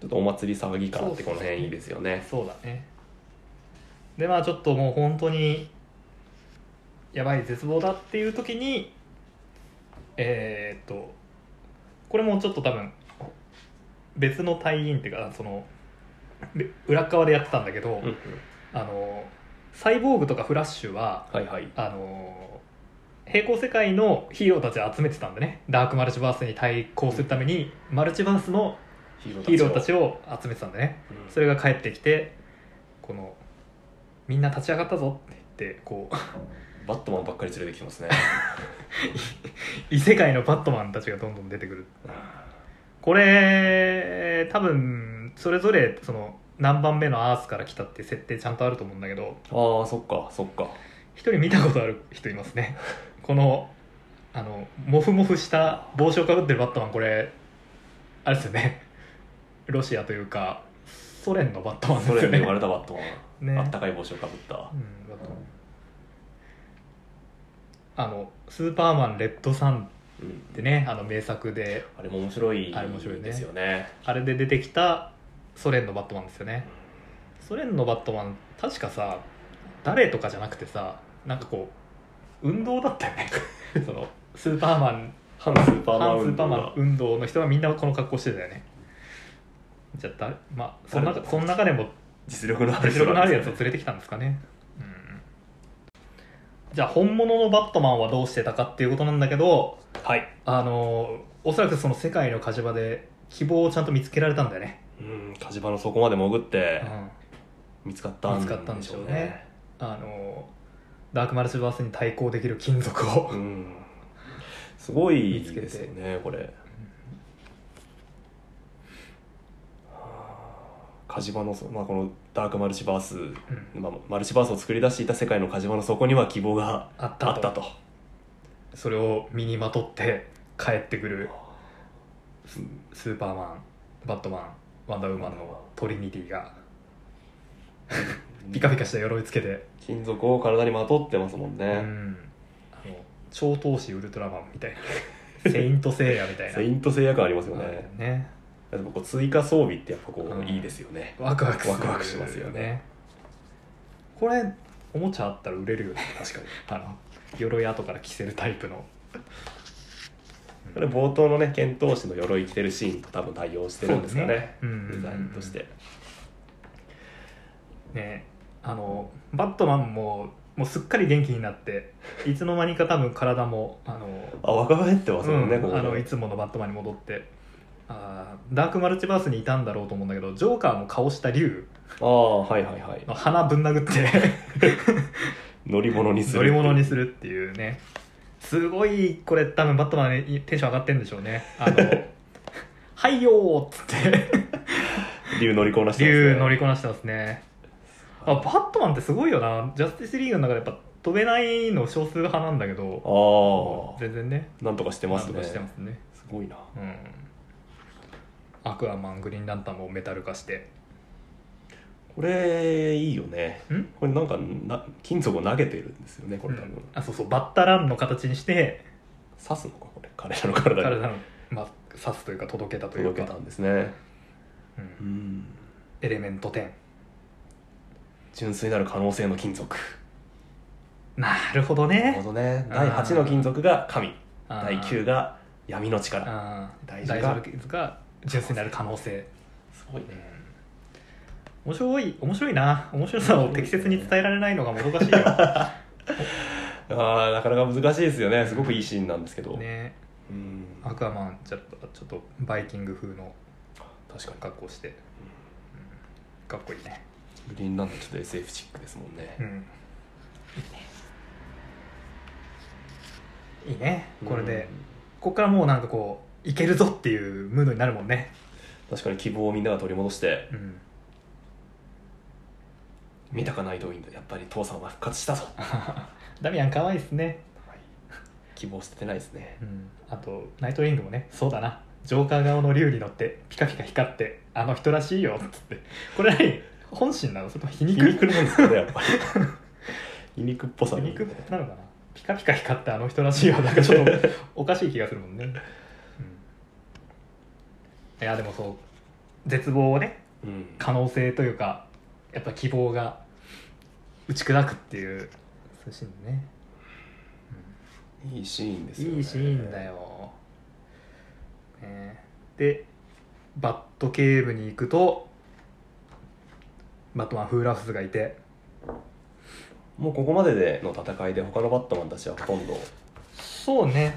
Speaker 2: ちょっとお祭り騒ぎ感あってこの辺いいですよね
Speaker 1: そうだねでまあちょっともう本当にやばい絶望だっていう時にえーっとこれもちょっと多分別の隊員っていうかそのべ裏側でやってたんだけど、
Speaker 2: うんうん
Speaker 1: あのサイボーグとかフラッシュは
Speaker 2: はいはい
Speaker 1: あの平行世界のヒーローたちを集めてたんでねダークマルチバースに対抗するためにマルチバースの
Speaker 2: ヒ
Speaker 1: ヒーローた
Speaker 2: を
Speaker 1: ちを集めてたんでね
Speaker 2: うん
Speaker 1: それが帰ってきてこの「みんな立ち上がったぞ」って言ってこう
Speaker 2: バットマンばっかり連れてきて ますね
Speaker 1: 異世界のバットマンたちがどんどん出てくるこれ多分それぞれその何番目のアースから来たって設定ちゃんとあると思うんだけど
Speaker 2: ああそっかそっか
Speaker 1: 一人見たことある人いますね このあのモフモフした帽子をかぶってるバットマンこれあれですよねロシアというかソ連のバットマン
Speaker 2: そ
Speaker 1: です
Speaker 2: れ
Speaker 1: よ
Speaker 2: で
Speaker 1: ね
Speaker 2: 言われたバットマ ン、
Speaker 1: ね
Speaker 2: あったかい帽子をかぶった
Speaker 1: うん、だと思うあの「スーパーマンレッドサン」
Speaker 2: うん
Speaker 1: ってねあの名作で
Speaker 2: あれも面白い
Speaker 1: あれ面白いね
Speaker 2: ですよね
Speaker 1: あれで出てきたソ連のバットマンですよねソ連のバットマン確かさ誰とかじゃなくてさなんかこう運動だったよね そのスーパーマン
Speaker 2: 反スーパーマ
Speaker 1: 反
Speaker 2: ン
Speaker 1: スー
Speaker 2: 運
Speaker 1: パー
Speaker 2: 動
Speaker 1: マ
Speaker 2: が
Speaker 1: ン運動の人はみんなこの格好してたよねじゃあ誰まあその中
Speaker 2: 誰
Speaker 1: その中でも
Speaker 2: 実力のある
Speaker 1: 実
Speaker 2: 人
Speaker 1: 力の
Speaker 2: な
Speaker 1: あ
Speaker 2: ん
Speaker 1: る
Speaker 2: で
Speaker 1: やつ
Speaker 2: す
Speaker 1: を
Speaker 2: よ
Speaker 1: 連れてきたんですかね、うん、じゃあ本物のバットマンはどうしてたかっていうことなんだけど
Speaker 2: はい
Speaker 1: あのおそらくその世界の火事場で希望をちゃんと見つけられたんだよね、
Speaker 2: うん火事場の底まで潜って
Speaker 1: うん
Speaker 2: 見つかったん
Speaker 1: 見つかったんでしょうねあのダークマルチバースに対抗できる金属を
Speaker 2: うんすごい
Speaker 1: 見つけて
Speaker 2: ですよねこれ火事場のそ、まあ、このダークマルチバース、
Speaker 1: ん
Speaker 2: まあ、マルチバースを作り出していた世界の火事場の底には希望が
Speaker 1: あったと
Speaker 2: あったと
Speaker 1: それを身にまとって帰ってくるススーパーマンバットマンワンダーウーマンのトリニティがピカピカした鎧つけて
Speaker 2: 金属を体にまとってますもん
Speaker 1: う
Speaker 2: ね、
Speaker 1: ん、あの超闘士ウルトラマンみたいな セイントセイヤみたいな
Speaker 2: セイント制約ありますよ
Speaker 1: あ
Speaker 2: ね、
Speaker 1: るよね
Speaker 2: やっぱこう追加装備ってやっぱこう、
Speaker 1: うん
Speaker 2: いいですよね
Speaker 1: ワクワクする
Speaker 2: ワクワクしますよね
Speaker 1: これおもちゃあったら売れるよね
Speaker 2: 確かに
Speaker 1: あの鎧後から着せるタイプの
Speaker 2: これ冒頭のね剣闘士の鎧着てるシーンと多分対応してるんですかね
Speaker 1: そうですねうん
Speaker 2: デザインとして、
Speaker 1: ねあのバットマンももうすっかり元気になっていつの間にか多分体もあの
Speaker 2: あ若返ってますもんね、
Speaker 1: うん
Speaker 2: ここ
Speaker 1: あのいつものバットマンに戻ってあーダークマルチバースにいたんだろうと思うんだけどジョーカーの顔した竜
Speaker 2: ああはいはいはい
Speaker 1: の鼻ぶん殴って
Speaker 2: 乗り物に する
Speaker 1: 乗り物にするっていうねすごいこれ多分バットマンにテンション上がってるんでしょうねあ の「はいよー」っつって
Speaker 2: 竜乗りこなしてますね
Speaker 1: 竜乗りこなしてますねあバットマンってすごいよなジャスティスリーグの中でやっぱ飛べないの少数派なんだけど
Speaker 2: あ
Speaker 1: 全然ね
Speaker 2: あなんとかしてます
Speaker 1: なんとか
Speaker 2: ね
Speaker 1: して
Speaker 2: す
Speaker 1: ますね
Speaker 2: ごいな
Speaker 1: うんアクアマングリーンランタンもメタル化して
Speaker 2: これいいよね
Speaker 1: ん
Speaker 2: これなんかな金属を投げてるんですよねこれ多分、
Speaker 1: うんあそうそうバッタランの形にして
Speaker 2: 刺すのかこれ彼らの体に
Speaker 1: 体の、まあ、刺すというか届けたという
Speaker 2: 届
Speaker 1: か
Speaker 2: けたんですね
Speaker 1: う、
Speaker 2: うんん
Speaker 1: エレメント10
Speaker 2: 純粋なる可能性の金属
Speaker 1: なるほど
Speaker 2: なる
Speaker 1: ね
Speaker 2: ほどね
Speaker 1: うん
Speaker 2: 第8の金属が神
Speaker 1: あー
Speaker 2: 第9が闇の力
Speaker 1: あー
Speaker 2: 大
Speaker 1: 大
Speaker 2: 事が
Speaker 1: 丈夫ですが純粋になる可能性、
Speaker 2: すごい
Speaker 1: うん、面白い面白いな面白さを適切に伝えられないのがもどかしい
Speaker 2: ああなかなか難しいですよねすごくいいシーンなんですけど、
Speaker 1: よね
Speaker 2: うん
Speaker 1: アクアマンちょっとちょっとバイキング風の
Speaker 2: 確かに
Speaker 1: 格好して、うんかっこいいね
Speaker 2: グリーンランドちょっと SF チックですもんね、
Speaker 1: うんいいねいいねこれで、
Speaker 2: うん
Speaker 1: ここからもうなんかこういけるぞっていうムードになるもんね
Speaker 2: 確かに希望をみんなが取り戻して
Speaker 1: うん
Speaker 2: 見たかない動員でやっぱり父さんは復活したぞ
Speaker 1: ダミアン可愛いですね、
Speaker 2: 希望捨ててないですね
Speaker 1: うん、あとナイトウィングもねそうだなジョーカー顔の竜に乗ってピカピカ光ってあの人らしいよっつってこれ何本心なのそれとも皮
Speaker 2: 皮
Speaker 1: 肉
Speaker 2: 肉なんですかねやっ ぱり皮肉っぽさ
Speaker 1: 皮
Speaker 2: に
Speaker 1: 肉なのかなピカピカ光ってあの人らし いよなんかちょっとおかしい気がするもんね、うん、いやでもそう絶望をね
Speaker 2: うん
Speaker 1: 可能性というかやっぱ希望が打ち砕くっていうそういうシーンね
Speaker 2: いいシーンですよね
Speaker 1: いいシーンだよ、ねでバットケーブに行くとバットマンフーラフスがいて
Speaker 2: もうここまででの戦いで他のバットマンたちはほとんど
Speaker 1: そうね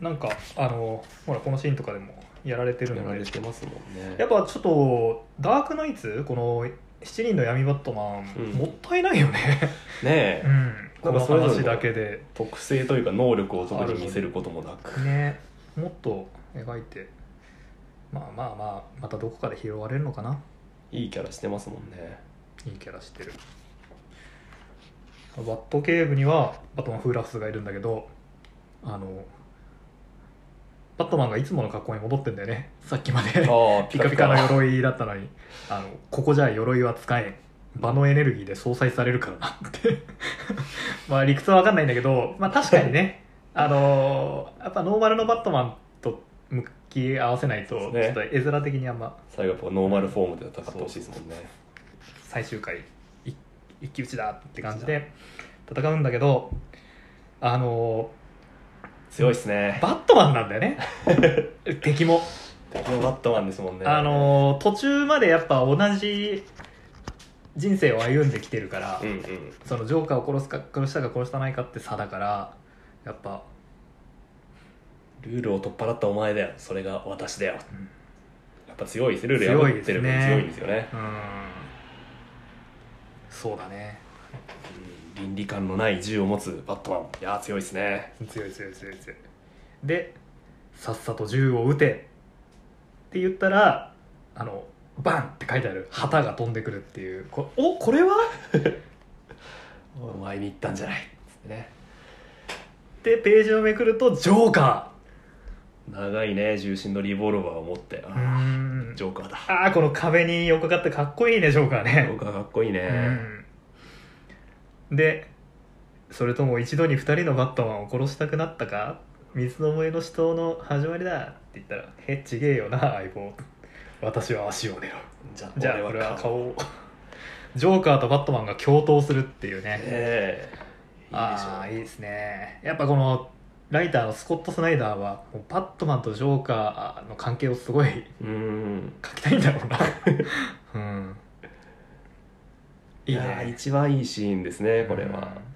Speaker 1: なんかあのほらこのシーンとかでもやられてる
Speaker 2: や
Speaker 1: の
Speaker 2: ら
Speaker 1: で
Speaker 2: れてますもんね
Speaker 1: やっぱちょっとダークナイツこの7人の闇バットマン、
Speaker 2: うん
Speaker 1: もったいないよね、
Speaker 2: ねえ、
Speaker 1: うん、こ
Speaker 2: なんか
Speaker 1: の
Speaker 2: それぞれの
Speaker 1: 話だけ で
Speaker 2: 特性というか能力を特に見せることもなく、
Speaker 1: ねもっと描いてまあまあまあまたどこかで拾われるのかない
Speaker 2: いキャラしてますもんね
Speaker 1: いいキャラしてるバット警部にはバットマンフーラフスがいるんだけどあのバットマンがいつもの格好に戻ってんだよねさっきまで
Speaker 2: ああ
Speaker 1: ピカピカの鎧だったのにあのここじゃ鎧は使えん場のエネルギーで相殺されるからなって まあ理屈は分かんないんだけど、まあ、確かにねあのーやっぱノーマルのバットマンと向き合わせないと
Speaker 2: そ
Speaker 1: ち
Speaker 2: う
Speaker 1: ょ
Speaker 2: で
Speaker 1: っ
Speaker 2: す
Speaker 1: と
Speaker 2: ね
Speaker 1: 絵面的にあんま
Speaker 2: 最後はこうノーマルフォームで戦ってほしいですもんね
Speaker 1: 最終回い一騎打ちだって感じで戦うんだけどあの
Speaker 2: 強いっすね
Speaker 1: ーバットマンなんだよ ね敵も
Speaker 2: 敵のバットマンですもんね
Speaker 1: あのー途中までやっぱ同じ人生を歩んできてるから、
Speaker 2: うんうん
Speaker 1: そのジョーカーを殺すか殺したか殺したないかって差だからやっぱ、
Speaker 2: ルールを取っ払ったお前だよそれが私だよ
Speaker 1: うん
Speaker 2: やっぱ強いですルール破ってる分強いんですよね
Speaker 1: うんそうだね
Speaker 2: うん倫理観のない銃を持つバットマンいやー強いですね
Speaker 1: 強い強い強い強いでさっさと銃を撃てって言ったらあのバンって書いてある旗が飛んでくるっていうこおこれは
Speaker 2: お前に言ったんじゃないっつってね
Speaker 1: でページをめくるとジョーカ
Speaker 2: 長いね重心のリボルバーを持って
Speaker 1: ーう
Speaker 2: あ
Speaker 1: ん
Speaker 2: ージョーカーだ
Speaker 1: あーこの壁に横かかってかっこいいねジョーカー
Speaker 2: ジ
Speaker 1: ね
Speaker 2: ョーカーかっこいいね、
Speaker 1: うんでそれとも一度に2人のバットマンを殺したくなったか水の上の死闘の始まりだって言ったら「へっちげえよな相棒私は足を狙う」
Speaker 2: じゃ
Speaker 1: じゃあ
Speaker 2: 俺
Speaker 1: 俺は
Speaker 2: は
Speaker 1: 顔
Speaker 2: 顔
Speaker 1: をジョーカーとバットマンが共闘するっていうね
Speaker 2: ええ
Speaker 1: ああ
Speaker 2: いいでしょう
Speaker 1: いいですねやっぱこのライターのスコット・スナイダーはもうバットマンとジョーカーの関係をすごいう
Speaker 2: ーん
Speaker 1: 書きたいんだ ろうなうんいい
Speaker 2: やー
Speaker 1: ね
Speaker 2: 一番いいシーンですねこれは、
Speaker 1: うん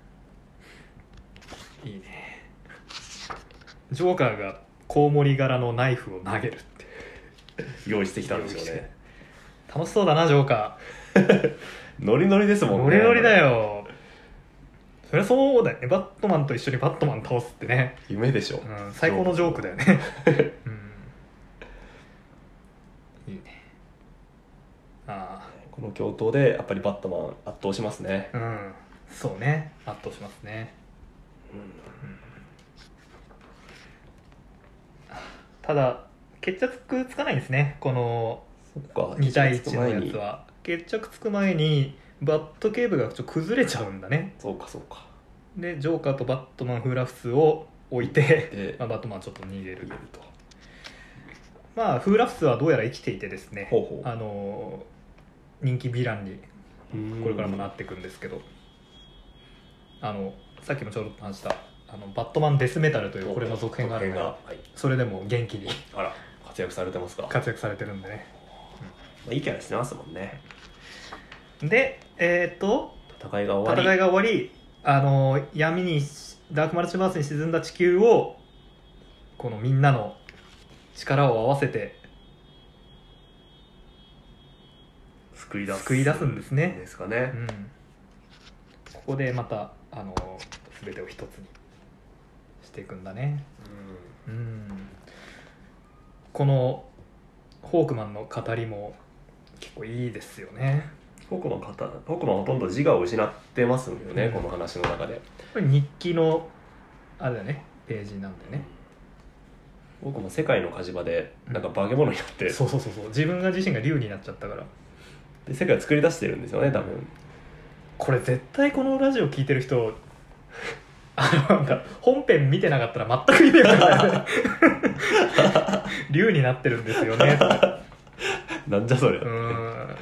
Speaker 1: いいねジョーカーがコウモリ柄のナイフを投げるって
Speaker 2: 用意してきたんですよね
Speaker 1: 楽しそうだなジョーカ
Speaker 2: ノリノリです
Speaker 1: ー
Speaker 2: もんね
Speaker 1: ノリノリだよそりゃそうだよねバットマンと一緒にバットマン倒すってね、
Speaker 2: 夢でしょ、
Speaker 1: うん、最高のジョークだよね、うん、 いいねあ
Speaker 2: この共闘でやっぱりバットマン圧倒しますね、
Speaker 1: あうんそうね圧倒しますねただ決着つかないんですねこの
Speaker 2: そっか
Speaker 1: 2対1のやつは決着つく前にバットケーブルがちょっと崩れちゃうんだね
Speaker 2: そうかそうか
Speaker 1: でジョーカーとバットマンフーラフスを置いて、
Speaker 2: で
Speaker 1: まあ、バットマンはちょっと逃げる
Speaker 2: 言えると
Speaker 1: まあフーラフスはどうやら生きていてですね
Speaker 2: ほうほう
Speaker 1: あのー人気ヴィランにこれからもなっていくんですけどあのさっきもちょろっと話したあのバットマンデスメタルというこれの続編があるの
Speaker 2: 続編
Speaker 1: が
Speaker 2: がはい
Speaker 1: それでも元気に
Speaker 2: あら活躍されてますか、ま
Speaker 1: 活躍されてるんでね
Speaker 2: あ、いいキャラしてますもんね
Speaker 1: でえーっと
Speaker 2: 戦いが終わり
Speaker 1: 戦いが終わりあの闇にしダークマルチバースに沈んだ地球をこのみんなの力を合わせて
Speaker 2: 救い出す
Speaker 1: 救い出すんですね
Speaker 2: ですかね
Speaker 1: う、ん、ここでまたあの全てを一つにしていくんだねうんこのホークマンの語りも結構いいですよね
Speaker 2: うん、僕の方僕のほとんど自我を失ってますよね、
Speaker 1: うん
Speaker 2: この話の中で
Speaker 1: これ日記のあれだねページなんだよね
Speaker 2: 僕も世界の火事場でなんか化け物になって、
Speaker 1: そうそうそうそう自分が自身が竜になっちゃったから
Speaker 2: で世界を作り出してるんですよね多分
Speaker 1: これ絶対このラジオ聞いてる人 あのなんか本編見てなかったら全く意味わかん ない竜になってるんですよねとか
Speaker 2: なんじゃそれ、
Speaker 1: うーん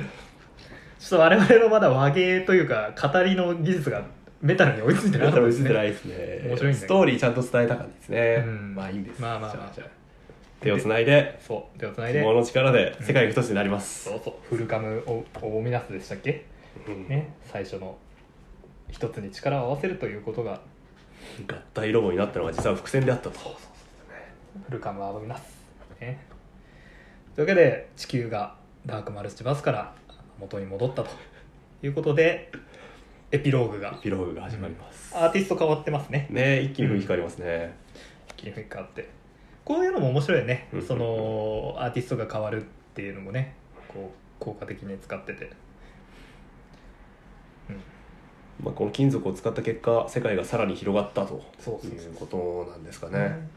Speaker 1: ちょっと我々のまだ和芸というか語りの技術がメタルに追いついてな
Speaker 2: な
Speaker 1: か
Speaker 2: ん
Speaker 1: ったで
Speaker 2: か見
Speaker 1: す
Speaker 2: せてな
Speaker 1: ね
Speaker 2: いですね
Speaker 1: 面白いんだけど
Speaker 2: ストーリーちゃんと伝えたかったですね、
Speaker 1: うん
Speaker 2: まあいいんです
Speaker 1: まあまあまあ
Speaker 2: じゃじゃ手をつないで
Speaker 1: そう手をつないで
Speaker 2: 相撲の力で世界が一つになります、
Speaker 1: そうそうフルカムを大みなすでしたっけ
Speaker 2: うん
Speaker 1: ね最初の一つに力を合わせるということが
Speaker 2: 合体ロボになったのが実は伏線であったと
Speaker 1: フルカムを大みなす、ね、というわけで地球がダークマルチバスから元に戻ったということでエピローグが
Speaker 2: ピローグが始まります、
Speaker 1: アーティスト変わってますね
Speaker 2: ね一気に雰囲気変わりますね、
Speaker 1: 切り替わってこういうのも面白いよね
Speaker 2: うん
Speaker 1: そのアーティストが変わるっていうのもねこう効果的に使ってて
Speaker 2: まあ、この金属を使った結果世界がさらに広がったと
Speaker 1: そうそうそう
Speaker 2: いうことなんですかね、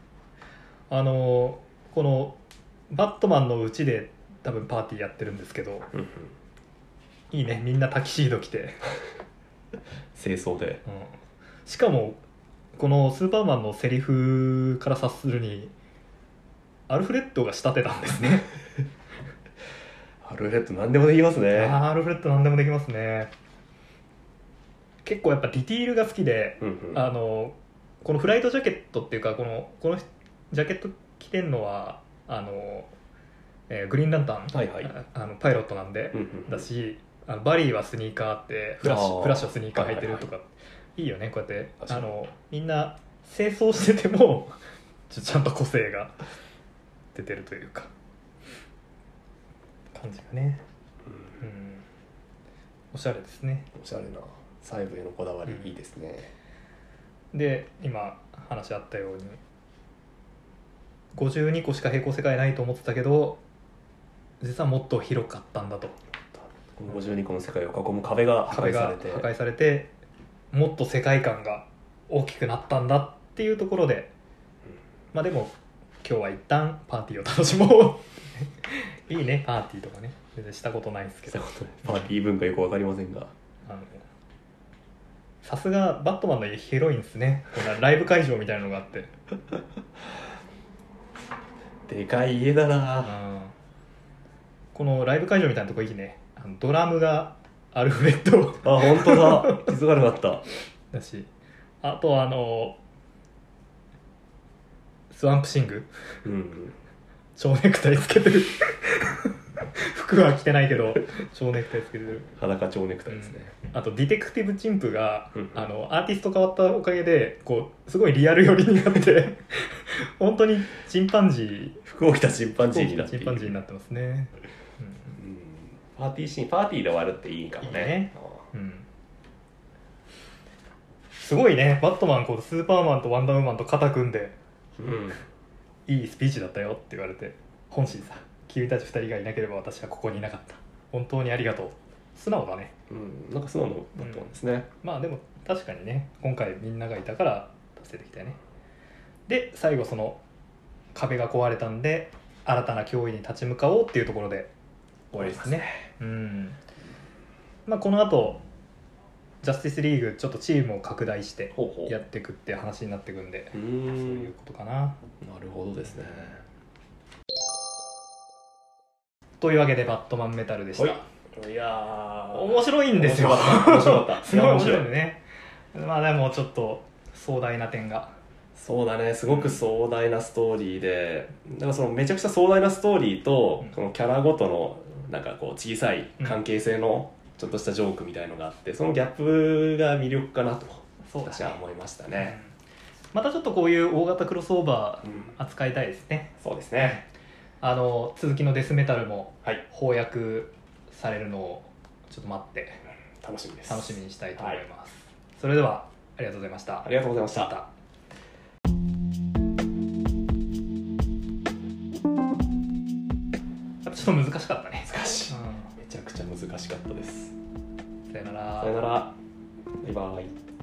Speaker 1: あのこの「バットマン」のうちで多分パーティーやってるんですけど
Speaker 2: うんうん
Speaker 1: いいねみんなタキシード着て、
Speaker 2: 清掃で
Speaker 1: うん、しかもこの「スーパーマン」のセリフから察するにアルフレッドが仕立てたんですね
Speaker 2: アルフレッド何でもできますね
Speaker 1: あーアルフレッド何でもできますね結構やっぱディティールが好きで
Speaker 2: うんうん
Speaker 1: あのこのフライトジャケットっていうかこのこのひジャケット着てんのはあの、えーグリーンランタン、
Speaker 2: はいはい
Speaker 1: ああのパイロットなんで、
Speaker 2: うんうん
Speaker 1: だしあのバリーはスニーカーってフラッシ
Speaker 2: あ
Speaker 1: ュ
Speaker 2: ー
Speaker 1: フラッシュはスニーカー履いてるとか、いいよねこうやって
Speaker 2: 確か
Speaker 1: あ
Speaker 2: に
Speaker 1: のみんな清掃してても ちょちゃんと個性が出てるというか感じがね、
Speaker 2: うん
Speaker 1: うん、おしゃれですね
Speaker 2: おしゃれな細部へのこだわり、
Speaker 1: うん
Speaker 2: いいですね
Speaker 1: で今話あったように52個しか平行世界ないと思ってたけど実はもっと広かったんだと
Speaker 2: この52個の世界を囲む壁が破
Speaker 1: 壁
Speaker 2: 壊さ
Speaker 1: が
Speaker 2: れて
Speaker 1: 破壊されてもっと世界観が大きくなったんだっていうところでまあでも今日は一旦パーティーを楽しもう いいねパーティーとかね全然したことないんですけ
Speaker 2: した
Speaker 1: ど
Speaker 2: ことないパーティー文化よくわかりませんが
Speaker 1: あのさすがバットマンの家広いんですねこんなライブ会場みたいなのがあって
Speaker 2: でかい家だな
Speaker 1: うんこのライブ会場みたいなとこいいねあのドラムがアルフレッド
Speaker 2: あ本当だ気づかなかった
Speaker 1: だしあとあのスワンプシング
Speaker 2: うん
Speaker 1: 蝶ネクタイつけてる服は着てないけど蝶ネクタイつけてる
Speaker 2: 裸蝶ネクタイですね、
Speaker 1: あとディテクティブチンプが
Speaker 2: うん
Speaker 1: あのアーティスト変わったおかげでこうすごいリアル寄りになって本当にチンパンジー
Speaker 2: 服を着たチンパンジーになって
Speaker 1: チ
Speaker 2: い
Speaker 1: ン
Speaker 2: る
Speaker 1: パンジーになってますね、
Speaker 2: うんパーティーシーンパーティーで終わるっていいかもね
Speaker 1: いいねうんすごいねバットマンこうスーパーマンとワンダーウーマンと肩組んで
Speaker 2: うん
Speaker 1: いいスピーチだったよって言われて本心さ君たち2人がいなければ私はここにいなかった本当にありがとう素直だね
Speaker 2: うん、なんか素直なバットマンですね、
Speaker 1: まあでも確かにね今回みんながいたから達成できたよねで最後その壁が壊れたんで新たな脅威に立ち向かおうっていうところで終わりですねうんまあこの後ジャスティスリーグちょっとチームを拡大して
Speaker 2: ほうほう
Speaker 1: やっていくって話になっていくんで
Speaker 2: うー
Speaker 1: そうんいうことかな
Speaker 2: なるほどですね
Speaker 1: というわけで「バットマンメタル」でした
Speaker 2: いやー
Speaker 1: 面白いんですよ
Speaker 2: 面白かった面白かっ た
Speaker 1: すごい面
Speaker 2: い
Speaker 1: 白
Speaker 2: や
Speaker 1: いねまあでもちょっと壮大な点が
Speaker 2: そうだねすごく壮大なストーリーでなんかそのめちゃくちゃ壮大なストーリーと、
Speaker 1: うん
Speaker 2: そのキャラごとのなんかこう小さい関係性のちょっとしたジョークみたいのがあってそのギャップが魅力かなと
Speaker 1: そうだ
Speaker 2: 私は思いましたね、
Speaker 1: またちょっとこういう大型クロスオーバ
Speaker 2: うん
Speaker 1: ー扱いたいですね
Speaker 2: そうですね
Speaker 1: あの続きのデスメタルも
Speaker 2: はい
Speaker 1: 翻訳されるのをちょっと待って
Speaker 2: 楽しみです
Speaker 1: 楽しみにしたいと思います、それではありがとうございました
Speaker 2: ありがとうございました
Speaker 1: またやっぱちょっと難しかったね、
Speaker 2: 難しい
Speaker 1: うん
Speaker 2: めちゃくちゃ難しかったです
Speaker 1: さよなら
Speaker 2: さよならバイバイ